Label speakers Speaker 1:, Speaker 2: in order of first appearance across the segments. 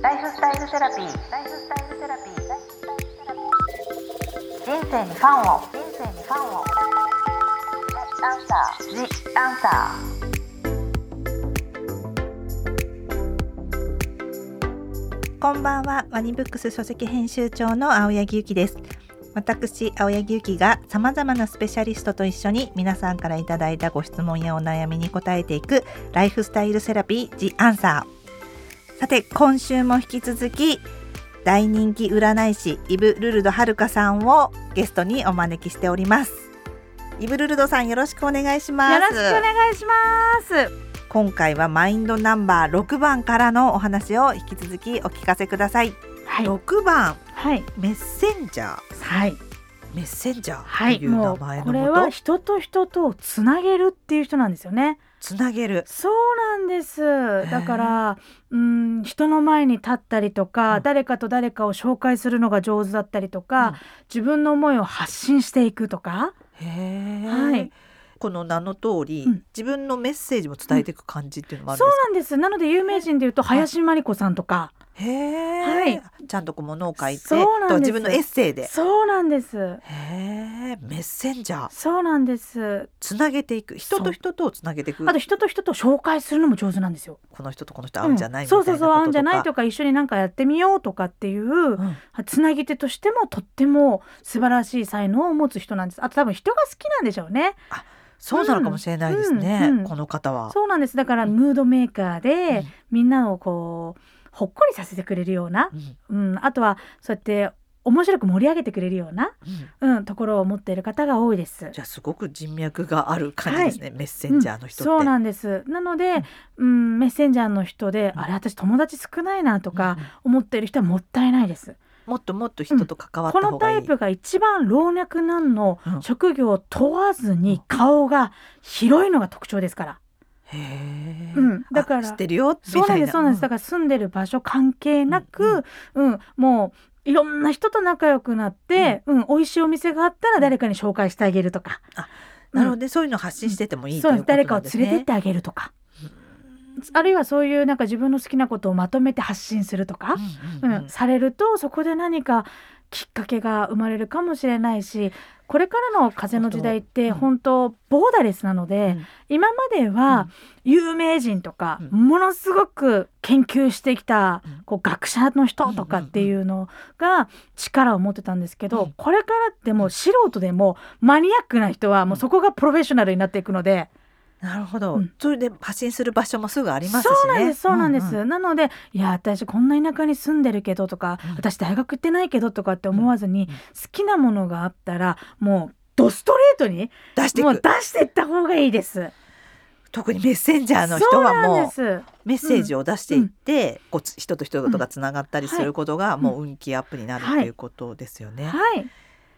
Speaker 1: ライフスタイルセラピー。ライフスタイルセラピー。ライフスタイルセラピー人生にファンを。人生にファンを。アンサー。ジアンサー。
Speaker 2: こんばんは、ワニブックス書籍編集長の青柳ゆきです。私、青柳ゆきが様々なスペシャリストと一緒に皆さんからいただいたご質問やお悩みに答えていくライフスタイルセラピー The Answer。さて、今週も引き続き大人気占い師イブ・ルルドはるかさんをゲストにお招きしております。イブ・ルルドさんよろしくお願いします。
Speaker 3: よろしくお願いします。
Speaker 2: 今回はマインドナンバー6番からのお話を引き続きお聞かせください。
Speaker 3: はい。
Speaker 2: 6番
Speaker 3: はい。
Speaker 2: メッセンジャー
Speaker 3: はい。
Speaker 2: メッセンジャ
Speaker 3: は
Speaker 2: ーと
Speaker 3: い。
Speaker 2: いう名
Speaker 3: もう、
Speaker 2: 前の
Speaker 3: これ
Speaker 2: も
Speaker 3: は
Speaker 2: と
Speaker 3: 人と人とをつなげるっていう人なんですよね。
Speaker 2: つなげる
Speaker 3: そうなんです。だから、うん、人の前に立ったりとか、
Speaker 2: うん
Speaker 3: 誰かと誰かを紹介するのが上手だったりとか、
Speaker 2: うん
Speaker 3: 自分の思いを発信していくとか。
Speaker 2: へえ、
Speaker 3: はい
Speaker 2: この名の通り、
Speaker 3: うん
Speaker 2: 自分のメッセージも伝えていく感じっていうのもある
Speaker 3: そ
Speaker 2: ん
Speaker 3: う
Speaker 2: です
Speaker 3: なんです。なので、有名人で言うと、林真理子さんと
Speaker 2: か、
Speaker 3: か。
Speaker 2: へえ、ちゃんとこうものを書いて
Speaker 3: そうなんで
Speaker 2: と
Speaker 3: す
Speaker 2: 自分のエッセイで
Speaker 3: そうなんです。
Speaker 2: へえメッセンジャー
Speaker 3: そうなんです。
Speaker 2: つなげていく人と人とをつなげていく
Speaker 3: あと、人と人と紹介するのも上手なんですよ。
Speaker 2: この人とこの人合うんじゃない、
Speaker 3: うん
Speaker 2: みたい
Speaker 3: そ
Speaker 2: な
Speaker 3: うそう
Speaker 2: ことと
Speaker 3: そう
Speaker 2: か
Speaker 3: 合うんじゃないとか一緒になんかやってみようとかっていう
Speaker 2: うん
Speaker 3: つなぎ手としてもとっても素晴らしい才能を持つ人なんですあと多分人が好きなんでしょうね
Speaker 2: そうなのかもしれないですね、
Speaker 3: うんうん
Speaker 2: この方は
Speaker 3: そうなんですだからムードメーカーで、
Speaker 2: うん
Speaker 3: みんなをこうほっこりさせてくれるような、
Speaker 2: うんうん
Speaker 3: うん、あとはそうやって面白く盛り上げてくれるような、うん、ところを持っている方が多いです
Speaker 2: じゃあすごく人脈がある感じですね、メッセンジャーの人って、
Speaker 3: そうなんですなので、うん、メッセンジャーの人で、
Speaker 2: うん
Speaker 3: あれ私友達少ないなと
Speaker 2: う
Speaker 3: か
Speaker 2: ん
Speaker 3: 思っている人はもったいないです
Speaker 2: もっともっと人と関わっ
Speaker 3: こ
Speaker 2: た方
Speaker 3: の
Speaker 2: がい
Speaker 3: タ
Speaker 2: い、
Speaker 3: イプが一番老若男女
Speaker 2: うん
Speaker 3: 職業を問わずに顔が広いのが特徴ですから、
Speaker 2: へえ、
Speaker 3: うん、だか
Speaker 2: あ知
Speaker 3: ら
Speaker 2: ってるよみたいな
Speaker 3: そうなんですそうなんですだから住んでる場所関係なく、うんもういろんな人と仲良くなって、うん美味しいお店があったら誰かに紹介してあげるとか、
Speaker 2: あなるほど
Speaker 3: ど
Speaker 2: ねそういうのを発信しててもいいと
Speaker 3: そう
Speaker 2: い
Speaker 3: で
Speaker 2: うこと
Speaker 3: す誰
Speaker 2: な
Speaker 3: かを
Speaker 2: んです
Speaker 3: 連れて
Speaker 2: ね
Speaker 3: っ。てあげるとか、あるいはそういうなんか自分の好きなことをまとめて発信するとか、
Speaker 2: う
Speaker 3: うんん
Speaker 2: うんうん
Speaker 3: されるとそこで何かきっかけが生まれるかもしれないしこれからの風の時代っ
Speaker 2: う
Speaker 3: て
Speaker 2: ん
Speaker 3: 本当ボーダレスなので、
Speaker 2: うん
Speaker 3: 今までは有名人とか、
Speaker 2: う
Speaker 3: ものすごく研究してきた
Speaker 2: うん
Speaker 3: こう学者の人とかっていうのが力を持ってたんですけど、
Speaker 2: うん
Speaker 3: これからってもう素人でもマニアックな人はもうそこがプロフェッショナルになっていくので。
Speaker 2: なるほど、
Speaker 3: うん
Speaker 2: それで発信する場所もすぐありますしね。
Speaker 3: そうなんですそうなんです、
Speaker 2: う
Speaker 3: なのでいや私こんな田舎に住んでるけどとか、
Speaker 2: うん
Speaker 3: 私大学行ってないけどとかって思わずに、
Speaker 2: うんうん
Speaker 3: 好きなものがあったらもうドストレートに
Speaker 2: 出してい
Speaker 3: もう
Speaker 2: く
Speaker 3: 出していった方がいいです。
Speaker 2: 特にメッセンジャーの人
Speaker 3: そう
Speaker 2: は
Speaker 3: なん
Speaker 2: も
Speaker 3: です。は
Speaker 2: うメッセージを出していって、こうつ人と人とがつながったりすることがもう運気アップになると
Speaker 3: はい
Speaker 2: いうことですよね。
Speaker 3: い。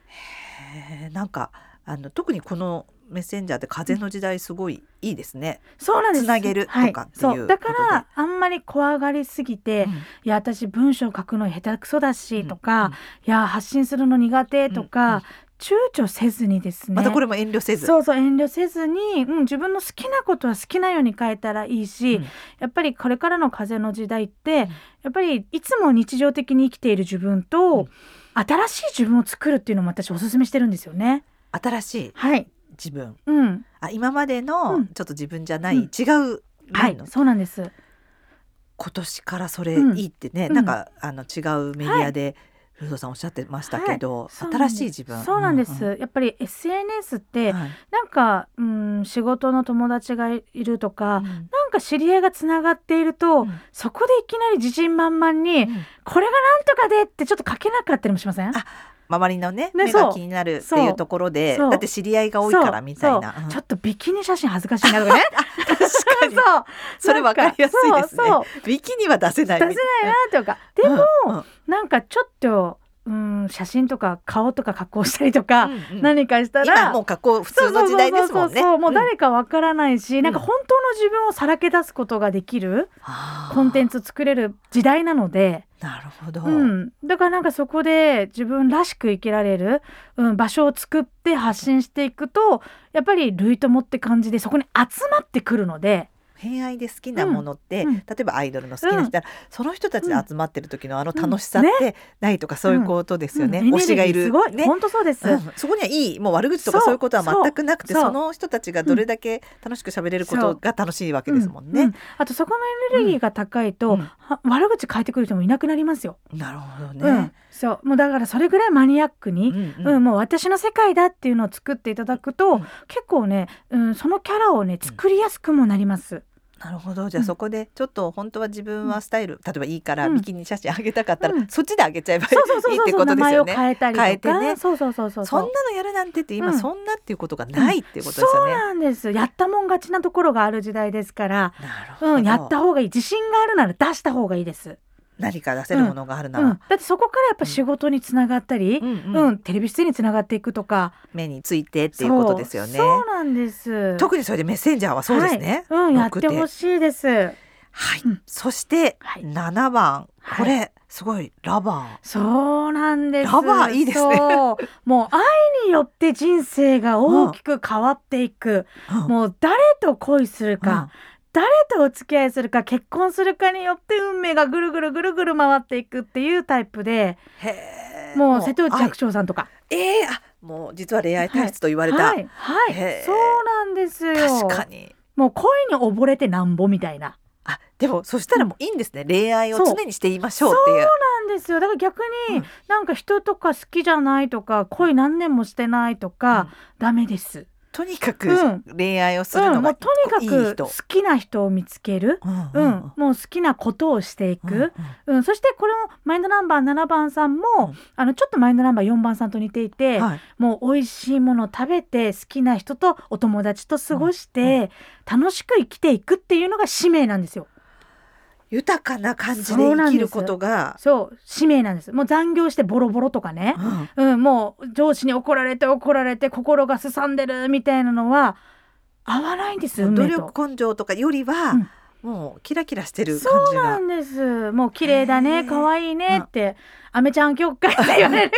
Speaker 2: へえなんかあの特にこのメッセンジャーって風の時代すごいいいですね。
Speaker 3: そうなんです。
Speaker 2: つなげるとかっていうことで
Speaker 3: はそうだからあんまり怖がりすぎて、いや私文章書くの下手くそだしとか、
Speaker 2: うん
Speaker 3: いや発信するの苦手と
Speaker 2: うんう
Speaker 3: か、
Speaker 2: ん
Speaker 3: 躊躇せずにですね。
Speaker 2: またこれも遠慮せず。
Speaker 3: そうそう遠慮せずに、うん、自分の好きなことは好きなように変えたらいいし、
Speaker 2: うん
Speaker 3: やっぱりこれからの風の時代って、
Speaker 2: ん
Speaker 3: やっぱりいつも日常的に生きている自分と、
Speaker 2: うん
Speaker 3: 新しい自分を作るっていうのも私おすすめしてるんですよね。
Speaker 2: 新しい
Speaker 3: はい、
Speaker 2: 自分
Speaker 3: うん、
Speaker 2: あ今まで
Speaker 3: う
Speaker 2: の
Speaker 3: ん
Speaker 2: ちょっと自分じゃない、
Speaker 3: うん
Speaker 2: 違う
Speaker 3: は
Speaker 2: 面
Speaker 3: い
Speaker 2: の、
Speaker 3: そうなんです。
Speaker 2: 今年からそれい
Speaker 3: うん
Speaker 2: いってね、
Speaker 3: うん
Speaker 2: なんかあの違うメディアでルードさんおっしゃってましたけど、
Speaker 3: そうなん
Speaker 2: 新
Speaker 3: です
Speaker 2: しい自分
Speaker 3: そうなんです。
Speaker 2: う
Speaker 3: やっぱり SNS って
Speaker 2: んはい
Speaker 3: なんか、うん、仕事の友達がいるとか、
Speaker 2: うん
Speaker 3: なんか知り合いがつながっていると、
Speaker 2: うん
Speaker 3: そこでいきなり自信満々に、
Speaker 2: うん
Speaker 3: これがなんとかでってちょっと書けなかったりもしません
Speaker 2: 周りのね
Speaker 3: ね
Speaker 2: 目が
Speaker 3: そう
Speaker 2: 気になるって
Speaker 3: そ
Speaker 2: いう
Speaker 3: う
Speaker 2: ところで
Speaker 3: そう
Speaker 2: だって知り合いが多いからみたいな、うん
Speaker 3: ちょっとビキニ写真恥ずかしいなとかね
Speaker 2: 確かに
Speaker 3: そう
Speaker 2: それ分かりやすいですね
Speaker 3: な んかそう
Speaker 2: ビキには出せない
Speaker 3: そう出せないなとかでも、
Speaker 2: うんうん
Speaker 3: なんかちょっとうん写真とか顔とか加工したりとか、
Speaker 2: うんうん
Speaker 3: 何かしたら
Speaker 2: 今もう格好普通の時代ですもん
Speaker 3: そうそうそう
Speaker 2: ね
Speaker 3: そうもう誰かわからないし、
Speaker 2: ん
Speaker 3: なんか本当の自分をさらけ出すことができるコンテン
Speaker 2: ツ
Speaker 3: ツを作れる時代なので、
Speaker 2: なるほど、
Speaker 3: うん、だからなんかそこで自分らしく生きられる、うん、場所を作って発信していくとやっぱり類ともって感じでそこに集まってくるので、
Speaker 2: へ偏愛で好きなものって、
Speaker 3: うんうん
Speaker 2: 例えばアイドルの好きな人だったら、その人たちで集まってる時のあの楽しさっ
Speaker 3: うん
Speaker 2: てないとかそういうことですよね、
Speaker 3: うんエネル
Speaker 2: 推
Speaker 3: ギー
Speaker 2: しがいる
Speaker 3: すごい、
Speaker 2: ね、
Speaker 3: 本当そうです、
Speaker 2: うんそこにはいいもう悪口とか
Speaker 3: そう
Speaker 2: そういうことは全くなくてそ
Speaker 3: そう
Speaker 2: の人たちがどれだけ楽しく喋れることが楽しいわけですもん
Speaker 3: う
Speaker 2: ね
Speaker 3: ん。あとそこのエネルギーが高いと、
Speaker 2: うん
Speaker 3: は悪口書いてくる人もいなくなりますよ。
Speaker 2: なるほど
Speaker 3: うん
Speaker 2: ね。、
Speaker 3: そうもうだからそれぐらいマニアックに、
Speaker 2: うん
Speaker 3: うんもう私の世界だっていうのを作っていただくと、
Speaker 2: うん
Speaker 3: 結構ね、うん、そのキャラをね作りやすくもなります。
Speaker 2: なるほどじゃあ
Speaker 3: うん
Speaker 2: そこでちょっと本当は自分はスタイル、例えばいいから
Speaker 3: うん
Speaker 2: ビキニ写真あげたかったら、
Speaker 3: うん
Speaker 2: そっちであげちゃえばい
Speaker 3: そうそうそう
Speaker 2: いっ
Speaker 3: そう
Speaker 2: て
Speaker 3: そう、
Speaker 2: こと
Speaker 3: 名
Speaker 2: です
Speaker 3: 前
Speaker 2: よ
Speaker 3: を
Speaker 2: ね。
Speaker 3: 変えたりとか
Speaker 2: 変えてね
Speaker 3: そうそうそうそう
Speaker 2: そんなのやるなんてって今
Speaker 3: うん
Speaker 2: そんなっていうことがないっていうことですよね。
Speaker 3: そうなんですやったもん勝ちなところがある時代ですから、
Speaker 2: なるほど。
Speaker 3: うん、やった方がいい自信があるなら出した方がいいです、
Speaker 2: 何か出せるものがある
Speaker 3: う、
Speaker 2: なん
Speaker 3: だ
Speaker 2: ら、
Speaker 3: ってそこからやっぱ仕事につながったり、
Speaker 2: うん
Speaker 3: うん
Speaker 2: うん
Speaker 3: テレビ出演につながっていくとか
Speaker 2: 目についてっていうことですよね
Speaker 3: そ。うそうなんです
Speaker 2: 特にそれでメッセンジャーはそうですね。
Speaker 3: はいうん、やっ
Speaker 2: よく
Speaker 3: てほしいです
Speaker 2: はい、
Speaker 3: うん
Speaker 2: そして
Speaker 3: はい
Speaker 2: 7番、
Speaker 3: は
Speaker 2: こ
Speaker 3: い
Speaker 2: れすごいラバ
Speaker 3: そうなんです
Speaker 2: ラバーいいですね
Speaker 3: そうもう愛によって人生が大きく変わっていく、
Speaker 2: ー、うん
Speaker 3: もう誰と恋するか、誰とお付き合いするか結婚するかによって運命がぐるぐるぐるぐる回っていくっていうタイプで
Speaker 2: うんへー
Speaker 3: もう瀬戸内
Speaker 2: 愛
Speaker 3: 寂聴さんとか
Speaker 2: ええあもう実は恋愛体質と言わ
Speaker 3: は
Speaker 2: れた、
Speaker 3: い、はい
Speaker 2: へー
Speaker 3: そうなんですよ
Speaker 2: 確かに
Speaker 3: もう恋に溺れてなんぼみたいな
Speaker 2: あでもそしたらもういいんですね、恋愛を常にしていましょうっていう
Speaker 3: なんですよだから逆に、
Speaker 2: うん
Speaker 3: なんか人とか好きじゃないとか恋何年もしてないとか、ダメです
Speaker 2: とにか
Speaker 3: う
Speaker 2: く
Speaker 3: ん
Speaker 2: 恋愛をする
Speaker 3: うん、
Speaker 2: の
Speaker 3: もう
Speaker 2: が
Speaker 3: とにか
Speaker 2: いい
Speaker 3: く
Speaker 2: 人
Speaker 3: 好、きな人を見つける、
Speaker 2: うん
Speaker 3: うんもう好きなことをしていく、うん、そしてこれもマインドナンバー7番さんも、
Speaker 2: うん
Speaker 3: あのちょっとマインドナンバー4番さんと似ていて、
Speaker 2: はい、
Speaker 3: もう美味しいものを食べて好きな人とお友達と過ごして、楽しく生きていくっていうのが使命なんですよ。
Speaker 2: 豊かな感じで
Speaker 3: そうな
Speaker 2: 生
Speaker 3: んで
Speaker 2: き
Speaker 3: す
Speaker 2: ることが
Speaker 3: そう使命なんですもう残業してボロボロとかね、
Speaker 2: うん
Speaker 3: うん、もう上司に怒られて怒られて心がすさんでるみたいなのは合わないんです運
Speaker 2: 努
Speaker 3: 命と
Speaker 2: 力根性とかよりは、
Speaker 3: うん
Speaker 2: もうキラキラしてる
Speaker 3: そ
Speaker 2: 感じ
Speaker 3: う
Speaker 2: が
Speaker 3: なんですもう綺麗だ
Speaker 2: へ
Speaker 3: ね
Speaker 2: ー
Speaker 3: 可愛いねって「アメちゃん協会」って言われるぐらい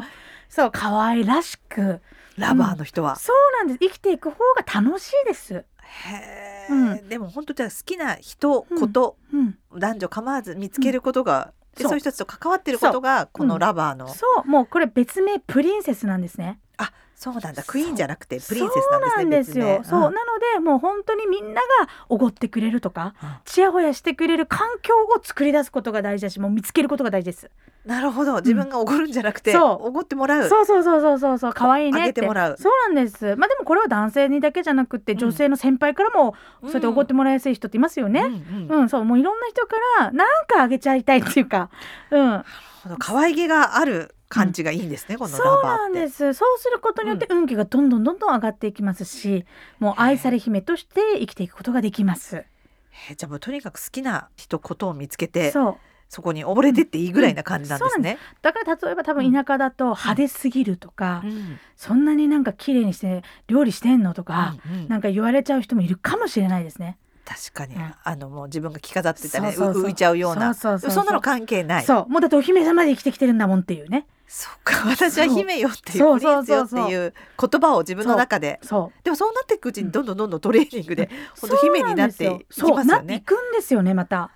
Speaker 3: のそう可愛らしく
Speaker 2: ラバーの人は、
Speaker 3: そうなんです生きていく方が楽しいです。
Speaker 2: へ
Speaker 3: う
Speaker 2: え、でも本当じゃあ好きな人、
Speaker 3: うん
Speaker 2: こと
Speaker 3: うん、
Speaker 2: 男女構わず見つけることが、で
Speaker 3: そう
Speaker 2: そういう人たちと関わってることがこのラバーの、
Speaker 3: そうもうこれ別名プリンセスなんですね。
Speaker 2: あそうなんだ
Speaker 3: そう
Speaker 2: クイーンじゃなくてプリンセスなんです
Speaker 3: そう
Speaker 2: ね
Speaker 3: なんですよ。
Speaker 2: 別
Speaker 3: そう
Speaker 2: 名
Speaker 3: なのでもう本当にみんながおごってくれるとか
Speaker 2: うん
Speaker 3: ちやほやしてくれる環境を作り出すことが大事だしもう見つけることが大事です。
Speaker 2: なるほど自分がおごるんじゃなくて、
Speaker 3: そう
Speaker 2: おごってもらう
Speaker 3: そうそうそうそうそうそう可愛いねって
Speaker 2: あげてもらう
Speaker 3: そうなんですまあでもこれは男性にだけじゃなくて
Speaker 2: うん
Speaker 3: 女性の先輩からも
Speaker 2: うん
Speaker 3: そうやっておごってもらいやすい人っていますよね、
Speaker 2: う
Speaker 3: うんん
Speaker 2: うん
Speaker 3: そうもういろんな人からなんかあげちゃいたいっていうか、うん、
Speaker 2: この可愛げがある感じがいいんですね、この
Speaker 3: そ
Speaker 2: ラ
Speaker 3: う
Speaker 2: バ
Speaker 3: な
Speaker 2: ーっ
Speaker 3: ん
Speaker 2: て
Speaker 3: ですそうすることによって運気がどんどんどんどん上がっていきますしもう愛され姫として生きていくことができます
Speaker 2: へえじゃあもうとにかく好きな人ことを見つけてそ
Speaker 3: そう
Speaker 2: こに溺れてっていいぐらいな感じなんですね、
Speaker 3: だから例えば多分田舎だと派手すぎるとか、
Speaker 2: うん
Speaker 3: そんなになんか綺麗にして料理してんのとか、
Speaker 2: うんうん
Speaker 3: なんか言われちゃう人もいるかもしれないですね
Speaker 2: 確かに、
Speaker 3: うん
Speaker 2: あのもう自分が着飾ってたり
Speaker 3: そうそうそう
Speaker 2: 浮いちゃうような
Speaker 3: そうそうそ
Speaker 2: そ
Speaker 3: う
Speaker 2: んなの関係ないそ
Speaker 3: そうもうだってお姫様で生きてきてるんだもんっていうね
Speaker 2: っか私は姫よってい
Speaker 3: そうう
Speaker 2: プリンスよって
Speaker 3: そう
Speaker 2: いう言葉を自分の中で
Speaker 3: そ
Speaker 2: でもそうなっていくうちにどんどんどんどんトレーニングで、
Speaker 3: う
Speaker 2: ほんと姫になっていきますよ
Speaker 3: そう
Speaker 2: ね
Speaker 3: なっていくんですよねまた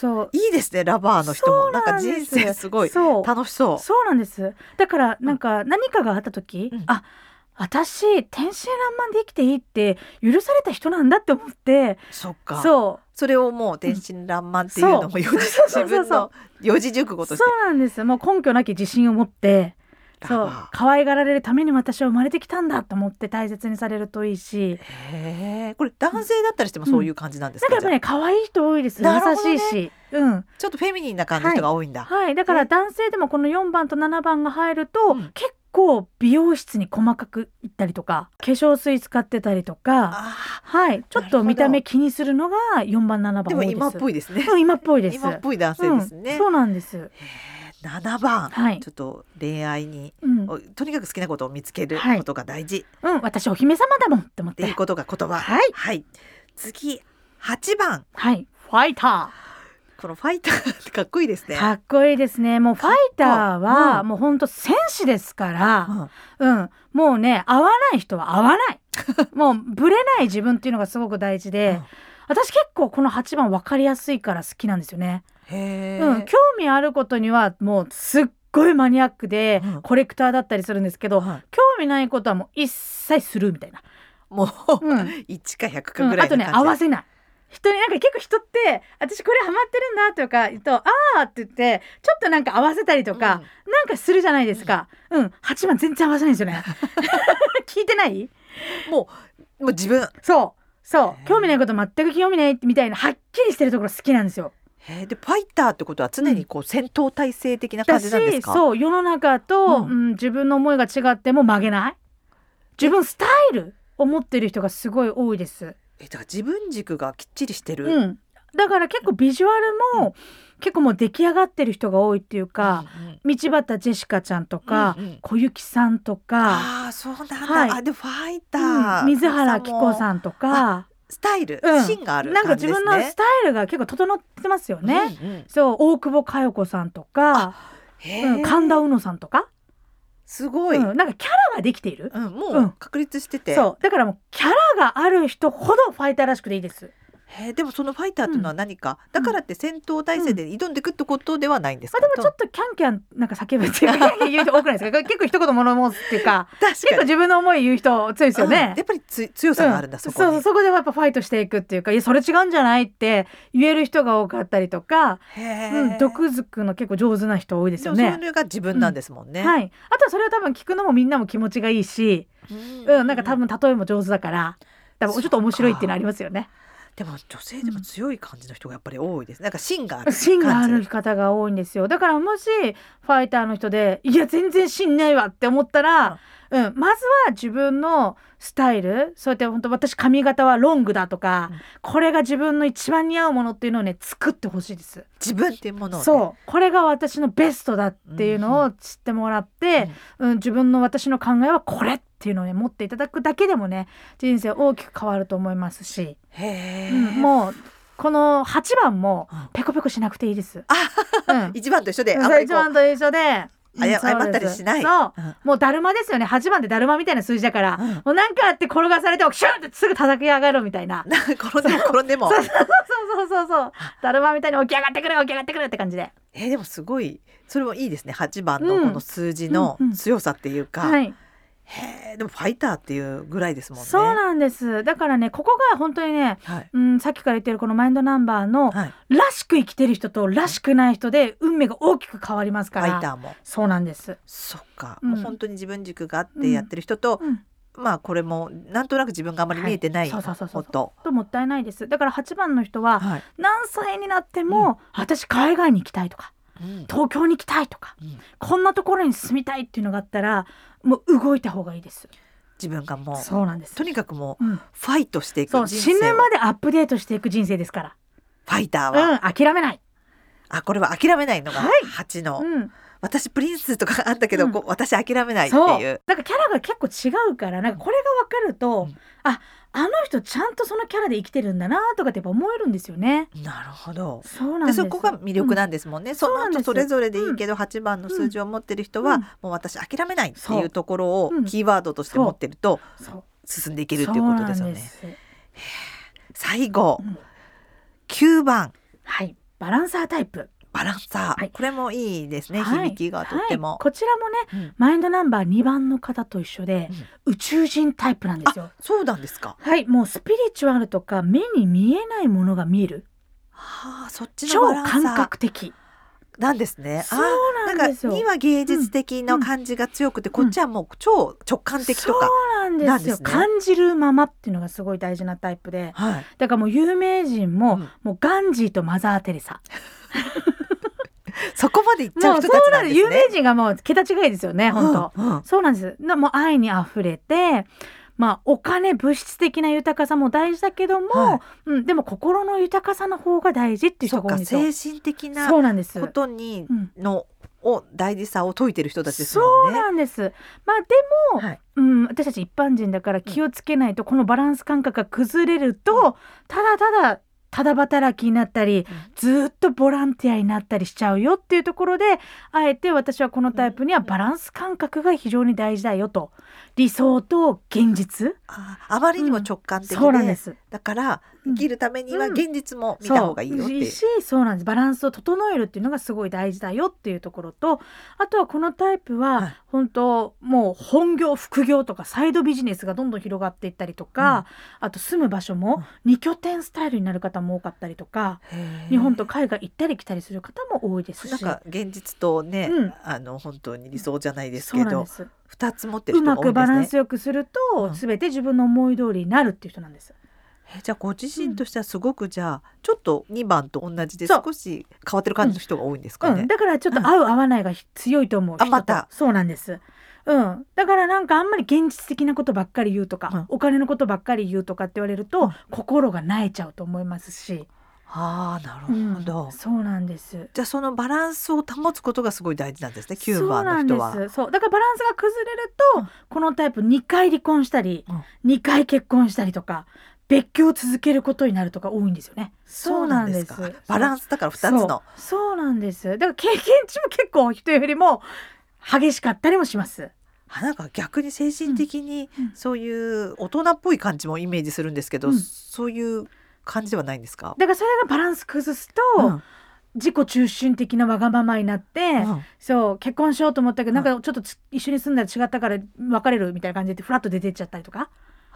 Speaker 3: そう
Speaker 2: いいですねラバーの人も
Speaker 3: そう
Speaker 2: なんか
Speaker 3: なんです
Speaker 2: 人生すごい
Speaker 3: そう
Speaker 2: 楽しそう
Speaker 3: そうなんですだからなんか何かがあった時、
Speaker 2: うん
Speaker 3: あ私天真爛漫で生きていいって許された人なんだって思って
Speaker 2: そっかそ
Speaker 3: そう
Speaker 2: れをもう天真爛漫っていうのも
Speaker 3: そう
Speaker 2: 四字
Speaker 3: そうそうそう
Speaker 2: 自分の四字熟語
Speaker 3: そ
Speaker 2: と
Speaker 3: う
Speaker 2: して
Speaker 3: なんですもう根拠なき自信を持って
Speaker 2: ラ
Speaker 3: そ
Speaker 2: バ
Speaker 3: う
Speaker 2: ー
Speaker 3: 可愛がられるために私は生まれてきたんだと思って大切にされるといいし
Speaker 2: へえこれ男性だったりしてもそういう感じなんです
Speaker 3: なんか
Speaker 2: か,、
Speaker 3: やっぱね可愛い人多いです優
Speaker 2: なるほどね
Speaker 3: しいし、うん
Speaker 2: ちょっとフェミニンな感じの人が多いんだ、
Speaker 3: はい、だか
Speaker 2: え
Speaker 3: ら男性でもこの4番と7番が入ると、
Speaker 2: うん
Speaker 3: 結構美容室に細かく行ったりとか化粧水使ってたりとか
Speaker 2: ああ
Speaker 3: はいちょっと見た目気にするのが4番7番
Speaker 2: で
Speaker 3: 多
Speaker 2: も
Speaker 3: いです
Speaker 2: 今っぽいですね
Speaker 3: うん今っぽいです
Speaker 2: 今っぽい男性です
Speaker 3: うん
Speaker 2: ね、
Speaker 3: そうなんです
Speaker 2: 7番、
Speaker 3: はい
Speaker 2: ちょっと恋愛に
Speaker 3: うん、
Speaker 2: おとにかく好きなことを見つける
Speaker 3: はい
Speaker 2: ことが大事っ
Speaker 3: うん、私お姫様だもんって思って
Speaker 2: いうことが言葉
Speaker 3: はい
Speaker 2: はい、次8番
Speaker 3: はいファイタ
Speaker 2: このファイターってかっこいいですね。
Speaker 3: かっこいいですね。もうファイター
Speaker 2: う
Speaker 3: は
Speaker 2: ん
Speaker 3: もう本当戦士ですから、
Speaker 2: うん
Speaker 3: うん、もうね、合わない人は合わ ない。もうブレない自分っていうのがすごく大事で、
Speaker 2: うん
Speaker 3: 私結構この8番分かりやすいから好きなんですよね。
Speaker 2: へ
Speaker 3: うん、
Speaker 2: ー
Speaker 3: 興味あることにはもうすっごいマニアックで、
Speaker 2: うん
Speaker 3: コレクターだったりするんですけど、
Speaker 2: はい
Speaker 3: 興味ないことはもう一切スルーみたいな。
Speaker 2: もう
Speaker 3: うん
Speaker 2: 1か100か
Speaker 3: う
Speaker 2: ぐ
Speaker 3: ん、
Speaker 2: ら
Speaker 3: あ
Speaker 2: いの
Speaker 3: と
Speaker 2: 感じ
Speaker 3: ね合わせない人になんか結構人って私これハマってるんだとか言うと「ああ」って言ってちょっとなんか合わせたりとか、なんかするじゃないですかうん8番全然合わせないんですよ ね聞いてない
Speaker 2: うんもうもう自分
Speaker 3: そうそ
Speaker 2: へー
Speaker 3: う興味ないこと全く興味ないみたいなはっきりしてるところ好きなんですよ
Speaker 2: へーでファイターってことは常にこう戦闘態勢的な感
Speaker 3: だ
Speaker 2: じなんです
Speaker 3: し
Speaker 2: か
Speaker 3: そう世の中と、
Speaker 2: う
Speaker 3: うんん自分の思いが違っても曲げない自分スタイルを持ってる人がすごい多いです
Speaker 2: えだから自分軸がきっちりしてる、
Speaker 3: うん、だから結構ビジュアルも結構もう出来上がってる人が多いっていうか、
Speaker 2: うん
Speaker 3: 道端ジェシカちゃんとか、
Speaker 2: うんうん
Speaker 3: 小雪さんとか、
Speaker 2: ああそうなんだ、
Speaker 3: はい
Speaker 2: あでもファイター、
Speaker 3: うん水原希子
Speaker 2: ん
Speaker 3: さんとか、
Speaker 2: スタイル、
Speaker 3: うん
Speaker 2: 芯がある
Speaker 3: なんか
Speaker 2: 感じ
Speaker 3: 自
Speaker 2: です
Speaker 3: 分
Speaker 2: ね
Speaker 3: のスタイルが結構整ってますよね。
Speaker 2: うんうん
Speaker 3: そう大久保佳代子さんとか、
Speaker 2: へー
Speaker 3: うん、神田うのさんとか、
Speaker 2: すご
Speaker 3: う
Speaker 2: い、うん
Speaker 3: ん、なんかキャラができている、
Speaker 2: も
Speaker 3: う
Speaker 2: うん確立してて、
Speaker 3: そうだからもうキャラがある人ほどファイターらしくていいです。
Speaker 2: へーでもそのファイターというのは何か、だからって戦闘態勢で挑んでいくってことではないんですか、
Speaker 3: あでもちょっとキャンキャンなんか叫ぶっていうか言う人多くないですか 結構一言物申すっていうか
Speaker 2: と確
Speaker 3: 結構
Speaker 2: かに
Speaker 3: 自分の思い言う人強いですよね。
Speaker 2: うんやっぱりつ強さがあるんだ、
Speaker 3: う
Speaker 2: そこ
Speaker 3: そうそ
Speaker 2: に
Speaker 3: うそこでやっぱファイトしていくっていうか「いやそれ違うんじゃない?」って言える人が多かったりとか、
Speaker 2: へー
Speaker 3: うん、毒づくの結構上手な人多いですよ
Speaker 2: でも
Speaker 3: ね
Speaker 2: そ。れが自分なんですもんね。
Speaker 3: はい、あとはそれは多分聞くのもみんなも気持ちがいいし、
Speaker 2: うん
Speaker 3: うん、なんか多分例えも上手だから多分ちょっと面白いっていうのありますよね。
Speaker 2: でも女性でも強い感じの人がやっぱり多いです。なんか芯がある感じ。
Speaker 3: 芯がある方が多いんですよだからもしファイターの人で「いや全然芯ないわ」って思ったら、うん、まずは自分のスタイルそうやって本当私髪型はロングだとか、
Speaker 2: うん
Speaker 3: これが自分の一番似合うものっていうのをね作ってほしいです。
Speaker 2: 自分っていうものを、ね、
Speaker 3: そうこれが私のベストだっていうのを知ってもらって、うん自分の私の考えはこれっていうのをね持っていただくだけでもね人生大きく変わると思いますし、
Speaker 2: へえ、
Speaker 3: うんもうこの8番も
Speaker 2: うん
Speaker 3: ペコペコしなくていいです。うん
Speaker 2: 一番と一緒で、あんまり
Speaker 3: 一
Speaker 2: こう
Speaker 3: 番と一緒で
Speaker 2: あや
Speaker 3: うんそう
Speaker 2: 謝ったり
Speaker 3: です
Speaker 2: しない
Speaker 3: そう
Speaker 2: うん
Speaker 3: もうだるまですよね8番ってだるまみたいな数字だから、
Speaker 2: うん
Speaker 3: もうなんかあって転がされてもシュンってすぐ叩き上がるみたいな
Speaker 2: な転んでも転んでも
Speaker 3: そう、そうそうそうそうだるまみたいに起き上がってくる起き上がってくるって感じで
Speaker 2: えー、でもすごいそれもいいですね。八番の
Speaker 3: うん
Speaker 2: この数字の
Speaker 3: うんうん
Speaker 2: 強さっていうか、
Speaker 3: はい
Speaker 2: へえ、でもファイターっていうぐらいですもんね。
Speaker 3: そうなんですだからねここが本当にね
Speaker 2: はい
Speaker 3: うん、さっきから言ってるこのマインドナンバーの
Speaker 2: はい。
Speaker 3: らしく生きてる人とらしくない人で運命が大きく変わります
Speaker 2: フ
Speaker 3: から
Speaker 2: ァイターも
Speaker 3: そうなんです、
Speaker 2: そっか、
Speaker 3: うん
Speaker 2: もう本当に自分軸があってやってる人と、
Speaker 3: うん、
Speaker 2: まあこれもなんとなく自分があまり見えてない
Speaker 3: はいそうそうそうそう
Speaker 2: こと。
Speaker 3: ともったいないですだから8番の人は
Speaker 2: はい。
Speaker 3: 何歳になっても、私海外に行きたいとか
Speaker 2: うん
Speaker 3: 東京に来たいとか
Speaker 2: うん
Speaker 3: こんなところに住みたいっていうのがあったらもう動いた方がいいです
Speaker 2: 自分がもう
Speaker 3: そうなんです
Speaker 2: とにかくもう
Speaker 3: うん、
Speaker 2: ファイトしていく
Speaker 3: そう
Speaker 2: 人
Speaker 3: 死
Speaker 2: 生を
Speaker 3: ぬまでアップデートしていく人生ですか
Speaker 2: ファイターは、
Speaker 3: らうん諦めない
Speaker 2: あこれは諦めないのが
Speaker 3: は
Speaker 2: 八の、
Speaker 3: うん
Speaker 2: 私プリンスとかあったけど、
Speaker 3: うん
Speaker 2: こう私諦めないって
Speaker 3: そう
Speaker 2: い
Speaker 3: なん
Speaker 2: う
Speaker 3: かキャラが結構違うからなんかこれが分かると、
Speaker 2: うん
Speaker 3: ああの人ちゃんとそのキャラで生きてるんだなとかってやっぱ思えるんですよね
Speaker 2: なるほど
Speaker 3: そうなん
Speaker 2: で
Speaker 3: です
Speaker 2: そこが魅力
Speaker 3: うん
Speaker 2: なんですもんね、そ
Speaker 3: そう
Speaker 2: の
Speaker 3: なん
Speaker 2: 後
Speaker 3: です
Speaker 2: それぞれでいいけど、八番の数字を持ってる人は、
Speaker 3: うん
Speaker 2: もう私諦めないって
Speaker 3: そ
Speaker 2: いう
Speaker 3: う
Speaker 2: ところを
Speaker 3: うん
Speaker 2: キーワードとして持ってると
Speaker 3: そう
Speaker 2: 進んでいけるっていうことですよ
Speaker 3: そうなん
Speaker 2: ね
Speaker 3: す
Speaker 2: 最後
Speaker 3: うん
Speaker 2: 九番
Speaker 3: はいバランサータイプ
Speaker 2: バランサー、
Speaker 3: はい
Speaker 2: これもいいですね、
Speaker 3: はい
Speaker 2: 響きがとっても
Speaker 3: はい、、こちらもね
Speaker 2: うん
Speaker 3: マインドナンバー2番の方と一緒で、宇宙人タイプなんですよ。
Speaker 2: そうなんですか
Speaker 3: はい、もうスピリチュアルとか目に見えないものが見える
Speaker 2: はあそっちの
Speaker 3: 超
Speaker 2: バランサー
Speaker 3: 感覚的
Speaker 2: なんですね
Speaker 3: そ
Speaker 2: あ
Speaker 3: う
Speaker 2: ー
Speaker 3: なんですよ
Speaker 2: なんか2は芸術的な感じが強くて、
Speaker 3: うん
Speaker 2: こっちはもう超直感的とか
Speaker 3: そ、
Speaker 2: な
Speaker 3: うなんん
Speaker 2: で
Speaker 3: ですす
Speaker 2: ね
Speaker 3: よ感じるままっていうのがすごい大事なタイプで
Speaker 2: はい、
Speaker 3: だからもう有名人
Speaker 2: う
Speaker 3: も、
Speaker 2: ん
Speaker 3: もうガンジーとマザー・テレサ
Speaker 2: そこまでいっちゃ
Speaker 3: も
Speaker 2: う
Speaker 3: う
Speaker 2: 人
Speaker 3: そ
Speaker 2: たち
Speaker 3: う
Speaker 2: な
Speaker 3: なんん
Speaker 2: で
Speaker 3: ですす
Speaker 2: ね。
Speaker 3: 有名人がもう桁違いですよね本当、
Speaker 2: うんうん
Speaker 3: そうなんですなもう愛にあふれてまあお金物質的な豊かさも大事だけども、
Speaker 2: はい
Speaker 3: うん、でも心の豊かさの方が大事っていう
Speaker 2: そ
Speaker 3: 人
Speaker 2: っ
Speaker 3: が多い
Speaker 2: か
Speaker 3: んですよ
Speaker 2: 精神的な
Speaker 3: そうなんです。
Speaker 2: ことに
Speaker 3: うん
Speaker 2: のを大事さを解いてる人たちです
Speaker 3: そ
Speaker 2: もん
Speaker 3: う
Speaker 2: ね。
Speaker 3: なんです。まあでも、
Speaker 2: はい
Speaker 3: うん、私たち一般人だから気をつけないとこのバランス感覚が崩れると、ただただただ働きになったりずっとボランティアになったりしちゃうよっていうところであえて私はこのタイプにはバランス感覚が非常に大事だよと理想と現実
Speaker 2: ああまりにも直感的で、
Speaker 3: そうなんです
Speaker 2: だから
Speaker 3: う
Speaker 2: 生
Speaker 3: ん
Speaker 2: きるためには
Speaker 3: うん
Speaker 2: 現実も見た方がいいよっていう。
Speaker 3: しそうなんですバランスを整えるっていうのがすごい大事だよっていうところとあとはこのタイプ
Speaker 2: はい
Speaker 3: は本当もう本業副業とかサイドビジネスがどんどん広がっていったりとか、あと住む場所も2拠点スタイルになる方も多かったりとか、
Speaker 2: へー
Speaker 3: 日本と海外行ったり来たりする方も多いですし。
Speaker 2: なんか現実とね、
Speaker 3: うん
Speaker 2: あの本当に理想じゃないです
Speaker 3: そう
Speaker 2: け
Speaker 3: なん
Speaker 2: ど
Speaker 3: です
Speaker 2: 二つ持ってる
Speaker 3: う
Speaker 2: 人
Speaker 3: ま
Speaker 2: が多い
Speaker 3: く
Speaker 2: んで
Speaker 3: バ
Speaker 2: す
Speaker 3: ラ
Speaker 2: ね
Speaker 3: ンスよくする
Speaker 2: う
Speaker 3: と
Speaker 2: ん
Speaker 3: 全て自分の思い通りになるっていう人なんです。
Speaker 2: えじゃあご自身としてはすごくじゃあちょっと2番と同じで
Speaker 3: そう
Speaker 2: 少し変わってる感じの人が多いんですか
Speaker 3: う
Speaker 2: ね。
Speaker 3: ん、だからちょっと合う合わないがひ強いと思う。
Speaker 2: あ
Speaker 3: 人と
Speaker 2: また
Speaker 3: そうなんです。うん、だからなんかあんまり現実的なことばっかり言うとか、
Speaker 2: うん
Speaker 3: お金のことばっかり言うとかって言われると、
Speaker 2: うん
Speaker 3: 心が萎えちゃうと思いますし、
Speaker 2: ああな
Speaker 3: う
Speaker 2: る
Speaker 3: ん
Speaker 2: ほど、
Speaker 3: そうなんです。
Speaker 2: じゃあそのバランスを保つことがすごい大事なんですね9番の人は。
Speaker 3: そうなんですそうだからバランスが崩れると、
Speaker 2: うん
Speaker 3: このタイプ2回離婚したり、
Speaker 2: うん
Speaker 3: 2回結婚したりとか別居を続けることになるとか多いんですよね。
Speaker 2: そうなんですか
Speaker 3: そうなんです
Speaker 2: バランスだから2つの
Speaker 3: そうそうなんですだから経験値も結構人よりも激しかったりもします。
Speaker 2: あなんか逆に精神的に
Speaker 3: うんうん
Speaker 2: そういう大人っぽい感じもイメージするんですけど、
Speaker 3: うん
Speaker 2: そういう感じではないんですか、
Speaker 3: だからそれがバランス崩す
Speaker 2: う
Speaker 3: と、
Speaker 2: ん
Speaker 3: 自己中心的なわがままになって、
Speaker 2: うん
Speaker 3: そう結婚しようと思ったけど、
Speaker 2: うん
Speaker 3: なんかちょっとつ一緒に住んだら違ったから別れるみたいな感じでフラッと出てっちゃったりとか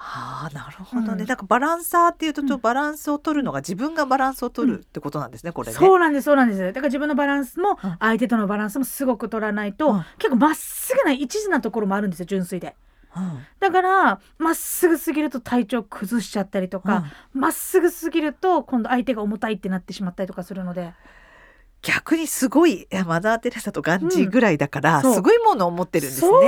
Speaker 2: ああなるほどね、
Speaker 3: うん
Speaker 2: なんかバランサーっていうとちょっと
Speaker 3: うん
Speaker 2: バランスを取るのが自分がバランスを取るってことなんですねこれね。
Speaker 3: そうなんですそうなんですだから自分のバランスも
Speaker 2: うん
Speaker 3: 相手とのバランスもすごく取らないと、
Speaker 2: うん
Speaker 3: 結構まっすぐな一途なところもあるんですよ純粋で
Speaker 2: うん
Speaker 3: だからまっすぐすぎると体調崩しちゃったりと
Speaker 2: うん
Speaker 3: かま、っすぐすぎると今度相手が重たいってなってしまったりとかするので
Speaker 2: 逆にすごいいやマザー・テレサとガンジーぐらいだから、
Speaker 3: うんそう
Speaker 2: すごいものを持ってるんですね
Speaker 3: そう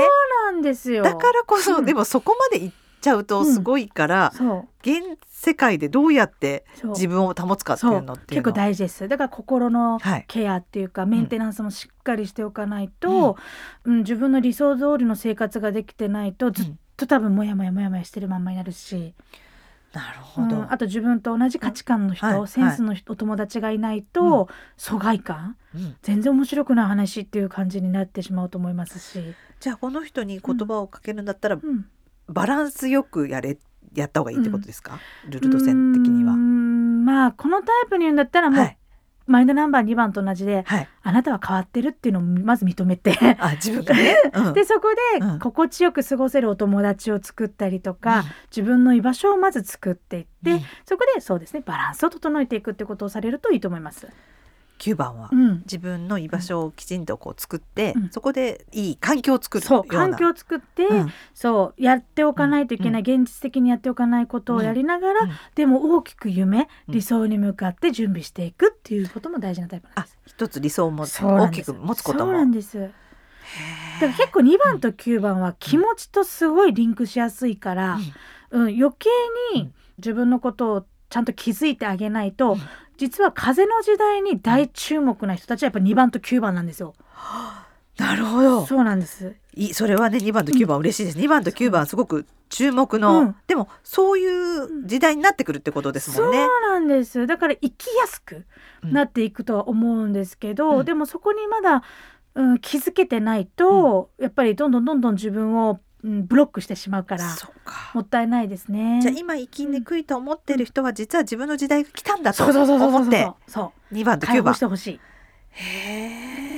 Speaker 3: なんですよ
Speaker 2: だからこそ、
Speaker 3: うん
Speaker 2: でもそこまでいっちゃうとすごいから、
Speaker 3: そう
Speaker 2: 現世界でどうやって
Speaker 3: そう
Speaker 2: 自分を保つかっていうのっていう
Speaker 3: 結
Speaker 2: の
Speaker 3: 構大事ですだから心の
Speaker 2: はい
Speaker 3: ケアっていうかメンテナンスもしっかりしておかないと、うん自分の理想通りの生活ができてないとずっと多分モヤモヤモヤモヤしてるまんまになるし、
Speaker 2: なるほど、
Speaker 3: うんあと自分と同じ価値観の人、
Speaker 2: はい
Speaker 3: センスの人お友達がいないと、疎外感
Speaker 2: うん
Speaker 3: 全然面白くない話っていう感じになってしまうと思いますし、
Speaker 2: じゃあこの人に言葉をかけるんだったら、
Speaker 3: うん、
Speaker 2: バランスよくやれやった方がいいってことですか、ルルドセン的には
Speaker 3: うー。んまあこのタイプに言うんだったらもう、
Speaker 2: はい
Speaker 3: マインドナンバー2番と同じで
Speaker 2: はい、
Speaker 3: あなたは変わってるっていうのをまず認めて
Speaker 2: あ自分がね、うん
Speaker 3: でそこ
Speaker 2: うん
Speaker 3: で心地よく過ごせるお友達を作ったりとか、自分の居場所をまず作っていって、
Speaker 2: うん
Speaker 3: そこでそうですねバランスを整えていくってことをされるといいと思います。
Speaker 2: 9番は、
Speaker 3: うん、
Speaker 2: 自分の居場所をきちんとこう作って、
Speaker 3: うん
Speaker 2: そこでいい環境を作る
Speaker 3: そ
Speaker 2: よ
Speaker 3: う
Speaker 2: うな
Speaker 3: 環境を作って、
Speaker 2: うん
Speaker 3: そうやっておかないといけない、現実的にやっておかないことをやりながら、
Speaker 2: うん
Speaker 3: でも大きく夢、
Speaker 2: うん
Speaker 3: 理想に向かって準備していくっていうことも大事なタイプなん
Speaker 2: あ
Speaker 3: です。
Speaker 2: 一つ理想を持つ
Speaker 3: そうな
Speaker 2: 大
Speaker 3: んで
Speaker 2: き
Speaker 3: す
Speaker 2: く持つこと
Speaker 3: そうなん
Speaker 2: も。
Speaker 3: です。
Speaker 2: へ
Speaker 3: だか
Speaker 2: ー
Speaker 3: ら結構2番と9番は気持ちとすごいリンクしやすいから、うん、余計
Speaker 2: う
Speaker 3: に
Speaker 2: ん
Speaker 3: 自分のことをちゃんと気づいてあげないと、
Speaker 2: うん
Speaker 3: 実は風の時代に大注目な人たちはやっぱ2番と9番なんですよ。
Speaker 2: なるほど
Speaker 3: そうなんです。
Speaker 2: いいそれはね2番と9番嬉しいです、二2番と9番すごく注目
Speaker 3: う
Speaker 2: の
Speaker 3: ん
Speaker 2: でもそういう時代になってくるってことです
Speaker 3: そ
Speaker 2: も
Speaker 3: うん
Speaker 2: ね。
Speaker 3: なんです。だから生きやすくなっていくとは思うんですけど、
Speaker 2: うん
Speaker 3: でもそこにまだ、うん、気づけてないと、やっぱりどんどんどんどん自分を、うん、ブロックしてしまうから
Speaker 2: そうか
Speaker 3: もったいないですね。
Speaker 2: じゃあ今生きにくいと思ってる人は実は自分の時代が来たんだと
Speaker 3: そうそうそうそう
Speaker 2: 思って
Speaker 3: そうそう
Speaker 2: 2番と9
Speaker 3: 解放
Speaker 2: 番
Speaker 3: してほしい。
Speaker 2: へ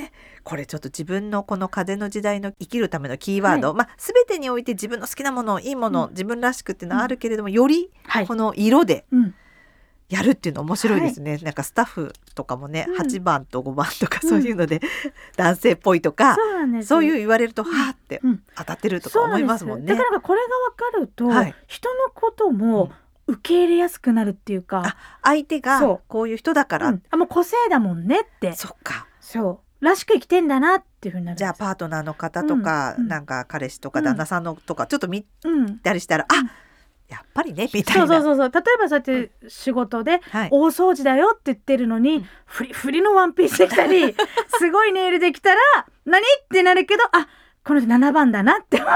Speaker 2: えこれちょっと自分のこの風の時代の生きるためのキーワード、まあ、全てにおいて自分の好きなものいいもの、
Speaker 3: うん
Speaker 2: 自分らしくっていうのはあるけれども、より
Speaker 3: はい
Speaker 2: こ。の色で
Speaker 3: うん。
Speaker 2: やるっていうの面白いですね、なんかスタッフとかもね、
Speaker 3: うん
Speaker 2: 8番と5番とか
Speaker 3: うん
Speaker 2: そういうので、 男性っぽいとか
Speaker 3: そ、うなんです。
Speaker 2: そういう言われると、
Speaker 3: ん
Speaker 2: はあって
Speaker 3: うん
Speaker 2: 当たってるとか
Speaker 3: そうな
Speaker 2: 思
Speaker 3: ん
Speaker 2: い
Speaker 3: で
Speaker 2: ますもんね。
Speaker 3: だからなんかこれが分かると、
Speaker 2: はい
Speaker 3: 人のことも受け入れやすくなるっていうか、
Speaker 2: 相手
Speaker 3: そ
Speaker 2: が
Speaker 3: う
Speaker 2: こういう人だから、
Speaker 3: うんあもう個性だもんねって
Speaker 2: そっか
Speaker 3: そうらしく生きてんだなっていうふうになるん
Speaker 2: じゃあ
Speaker 3: です
Speaker 2: パートナーの方とか、
Speaker 3: うんうん
Speaker 2: なんか彼氏とか
Speaker 3: うん
Speaker 2: 旦那さんのとかちょっと見
Speaker 3: うん
Speaker 2: たりしたら、
Speaker 3: うん
Speaker 2: あやっぱりねみたい
Speaker 3: そ
Speaker 2: な。
Speaker 3: うそうそうそう例えばそうやって仕事で
Speaker 2: はい、
Speaker 3: 大掃除だよって言ってるのに、フリフリのワンピースできた りすごいネイルできたら何ってなるけどあこの人7番だなって思う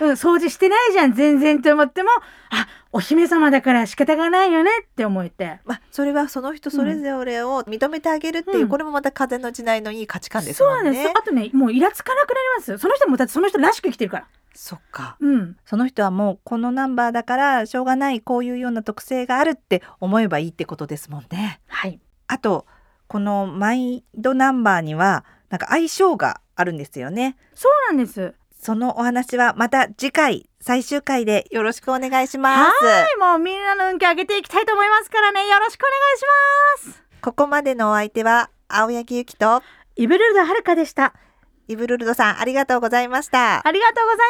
Speaker 3: と、うん、掃除してないじゃん全然って思ってもあお姫様だから仕方がないよねって思えて。
Speaker 2: まあ、それはその人それぞれを認めてあげるっていう、
Speaker 3: うん
Speaker 2: これもまた風の時代のいい価値観です
Speaker 3: そう
Speaker 2: も
Speaker 3: なんん
Speaker 2: ね。
Speaker 3: です。あとね、もうイラつかなくなります。その人もだってその人らしく生きてるから。
Speaker 2: そっか。
Speaker 3: うん。
Speaker 2: その人はもうこのナンバーだからしょうがないこういうような特性があるって思えばいいってことですもんね。
Speaker 3: はい。
Speaker 2: あとこのマインドナンバーにはなんか相性があるんですよね。
Speaker 3: そうなんです。
Speaker 2: そのお話はまた次回最終回でよろしくお願いします。
Speaker 3: もうみんなの運気上げていきたいと思いますからね。よろしくお願いします。
Speaker 2: ここまでのお相手は青柳ゆきと
Speaker 3: イブルルドはるかでした。
Speaker 2: イブルルドさんありがとうございました。
Speaker 3: ありがとうござい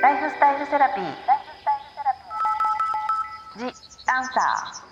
Speaker 3: ま
Speaker 1: ラ
Speaker 3: す。
Speaker 1: イフスタイルセラピー。ライフスタイルセラピー。The answer.